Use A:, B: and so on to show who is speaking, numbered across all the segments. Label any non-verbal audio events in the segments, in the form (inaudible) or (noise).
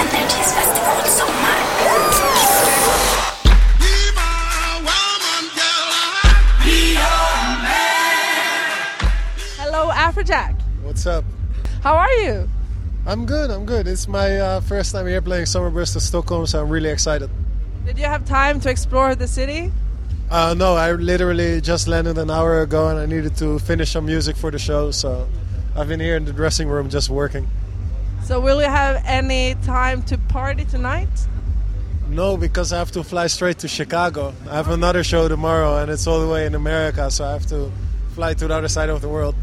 A: Energys festival sommar.
B: Hello, Afrojack.
C: What's up?
B: How are you?
C: I'm good, I'm good. It's my uh, first time here playing Summerburst at Stockholm, so I'm really excited.
B: Did you have time to explore the city?
C: Uh, no, I literally just landed an hour ago and I needed to finish some music for the show, so I've been here in the dressing room just working.
B: So, will you have any time to party tonight?
C: No, because I have to fly straight to Chicago. I have another show tomorrow and it's all the way in America, so I have to fly to the other side of the world.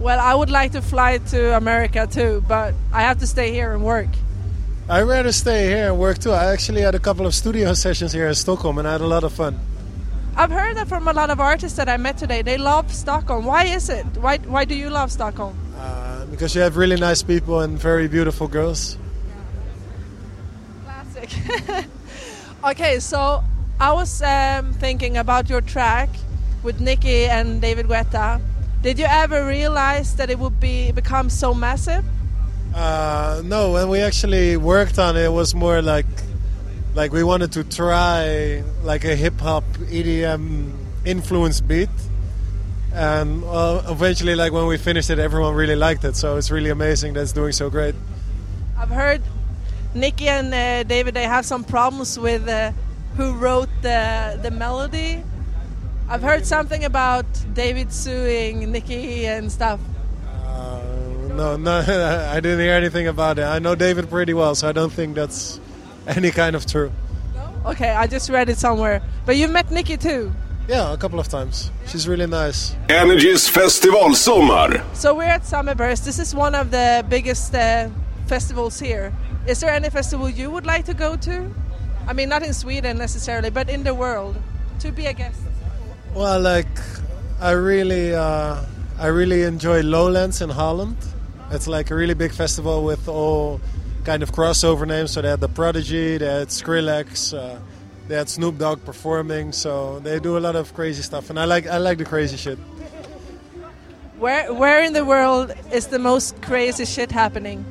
B: Well, I would like to fly to America too, but I have to stay here and work.
C: I'd rather stay here and work too. I actually had a couple of studio (laughs) sessions here in Stockholm and I had a lot of fun.
B: I've heard that from a lot of artists that I met today. They love Stockholm. Why is it? Why, why do you love Stockholm?
C: Uh, because you have really nice people and very beautiful girls.
B: Classic. (laughs) okay, so I was um, thinking about your track with Nicki and David Guetta. Did you ever realize that it would be become so massive?
C: Uh, no, when we actually worked on it, it was more like like we wanted to try like a E hip hop EDM influence beat, and uh, eventually, like when we finished it, everyone really liked it. So it's really amazing that it's doing so great.
B: I've heard Nicki and uh, David they have some problems with uh, who wrote the the melody. I've heard something about David suing Nicki and stuff.
C: Uh, no, no, (laughs) I didn't hear anything about it. I know David pretty well, so I don't think that's any kind of true.
B: Okay, I just read it somewhere. But you met Nicki too.
C: Yeah, a couple of times. She's really nice.
D: Energys festivalsommar.
B: So we're at Summerburst. This is one of the biggest uh, festivals here. Is there any festival you would like to go to? I mean, not in Sweden necessarily, but in the world to be a guest.
C: Well, like I really, uh, I really enjoy Lowlands in Holland. It's like a really big festival with all kind of crossover names. So they had the Prodigy, they had Skrillex, uh, they had Snoop Dogg performing. So they do a lot of crazy stuff, and I like, I like the crazy shit.
B: Where where in the world is the most crazy shit happening?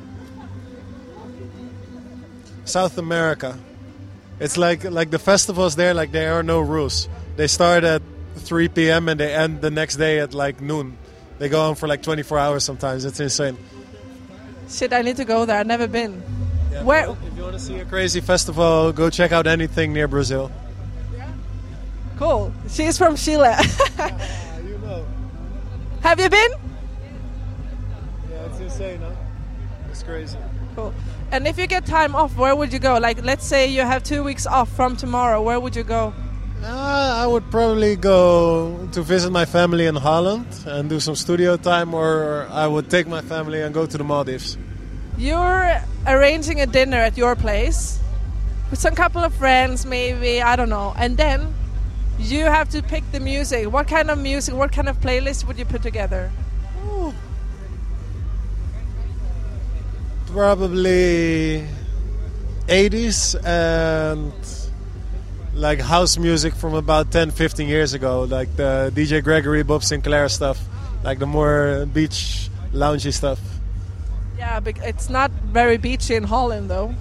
C: South America. It's like like the festivals there, like there are no rules. They start at 3 p.m. and they end the next day at like noon. They go on for like 24 hours sometimes. It's insane.
B: Shit, I need to go there. I've never been. Where?
C: If you want to see a crazy festival, go check out anything near Brazil.
B: Cool. She's from Chile. (laughs)
C: You know,
B: Have you been?
C: yeah, it's insane, huh? It's crazy.
B: Cool. And if you get time off, where would you go? Like, let's say you have two weeks off from tomorrow. Where would you go?
C: Uh, I would probably go to visit my family in Holland and do some studio time, or I would take my family and go to the Maldives.
B: You're arranging a dinner at your place with some couple of friends, maybe, I don't know. And then you have to pick the music. What kind of music, what kind of playlist would you put together?
C: Probably 80s and like house music from about 10 15 years ago, like the DJ Gregory, Bob Sinclair stuff, like the more beach loungy stuff.
B: Yeah, bec- it's not very beachy in Holland, though.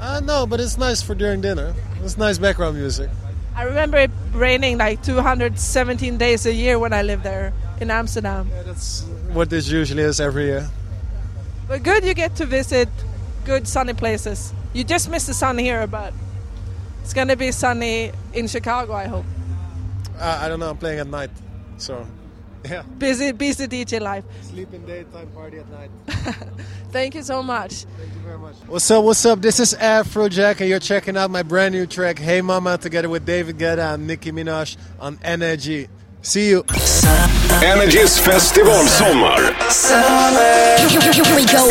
C: Uh, no, but it's nice for during dinner. It's nice background music.
B: I remember it raining like 217 days a year when I lived there in Amsterdam.
C: Yeah, that's what this usually is every year.
B: But good, you get to visit good sunny places. You just miss the sun here, but it's gonna be sunny in Chicago, I hope.
C: Uh, I don't know. I'm playing at night, so (laughs) yeah.
B: Busy, busy DJ life.
C: Sleep in daytime, party at night.
B: Thank you so much.
C: What's up? What's up? This is Afrojack, and you're checking out my brand new track, "Hey Mama," together with David Guetta and Nicki Minaj on Energy. See you.
D: Energys festivalsommar.
A: Here we go.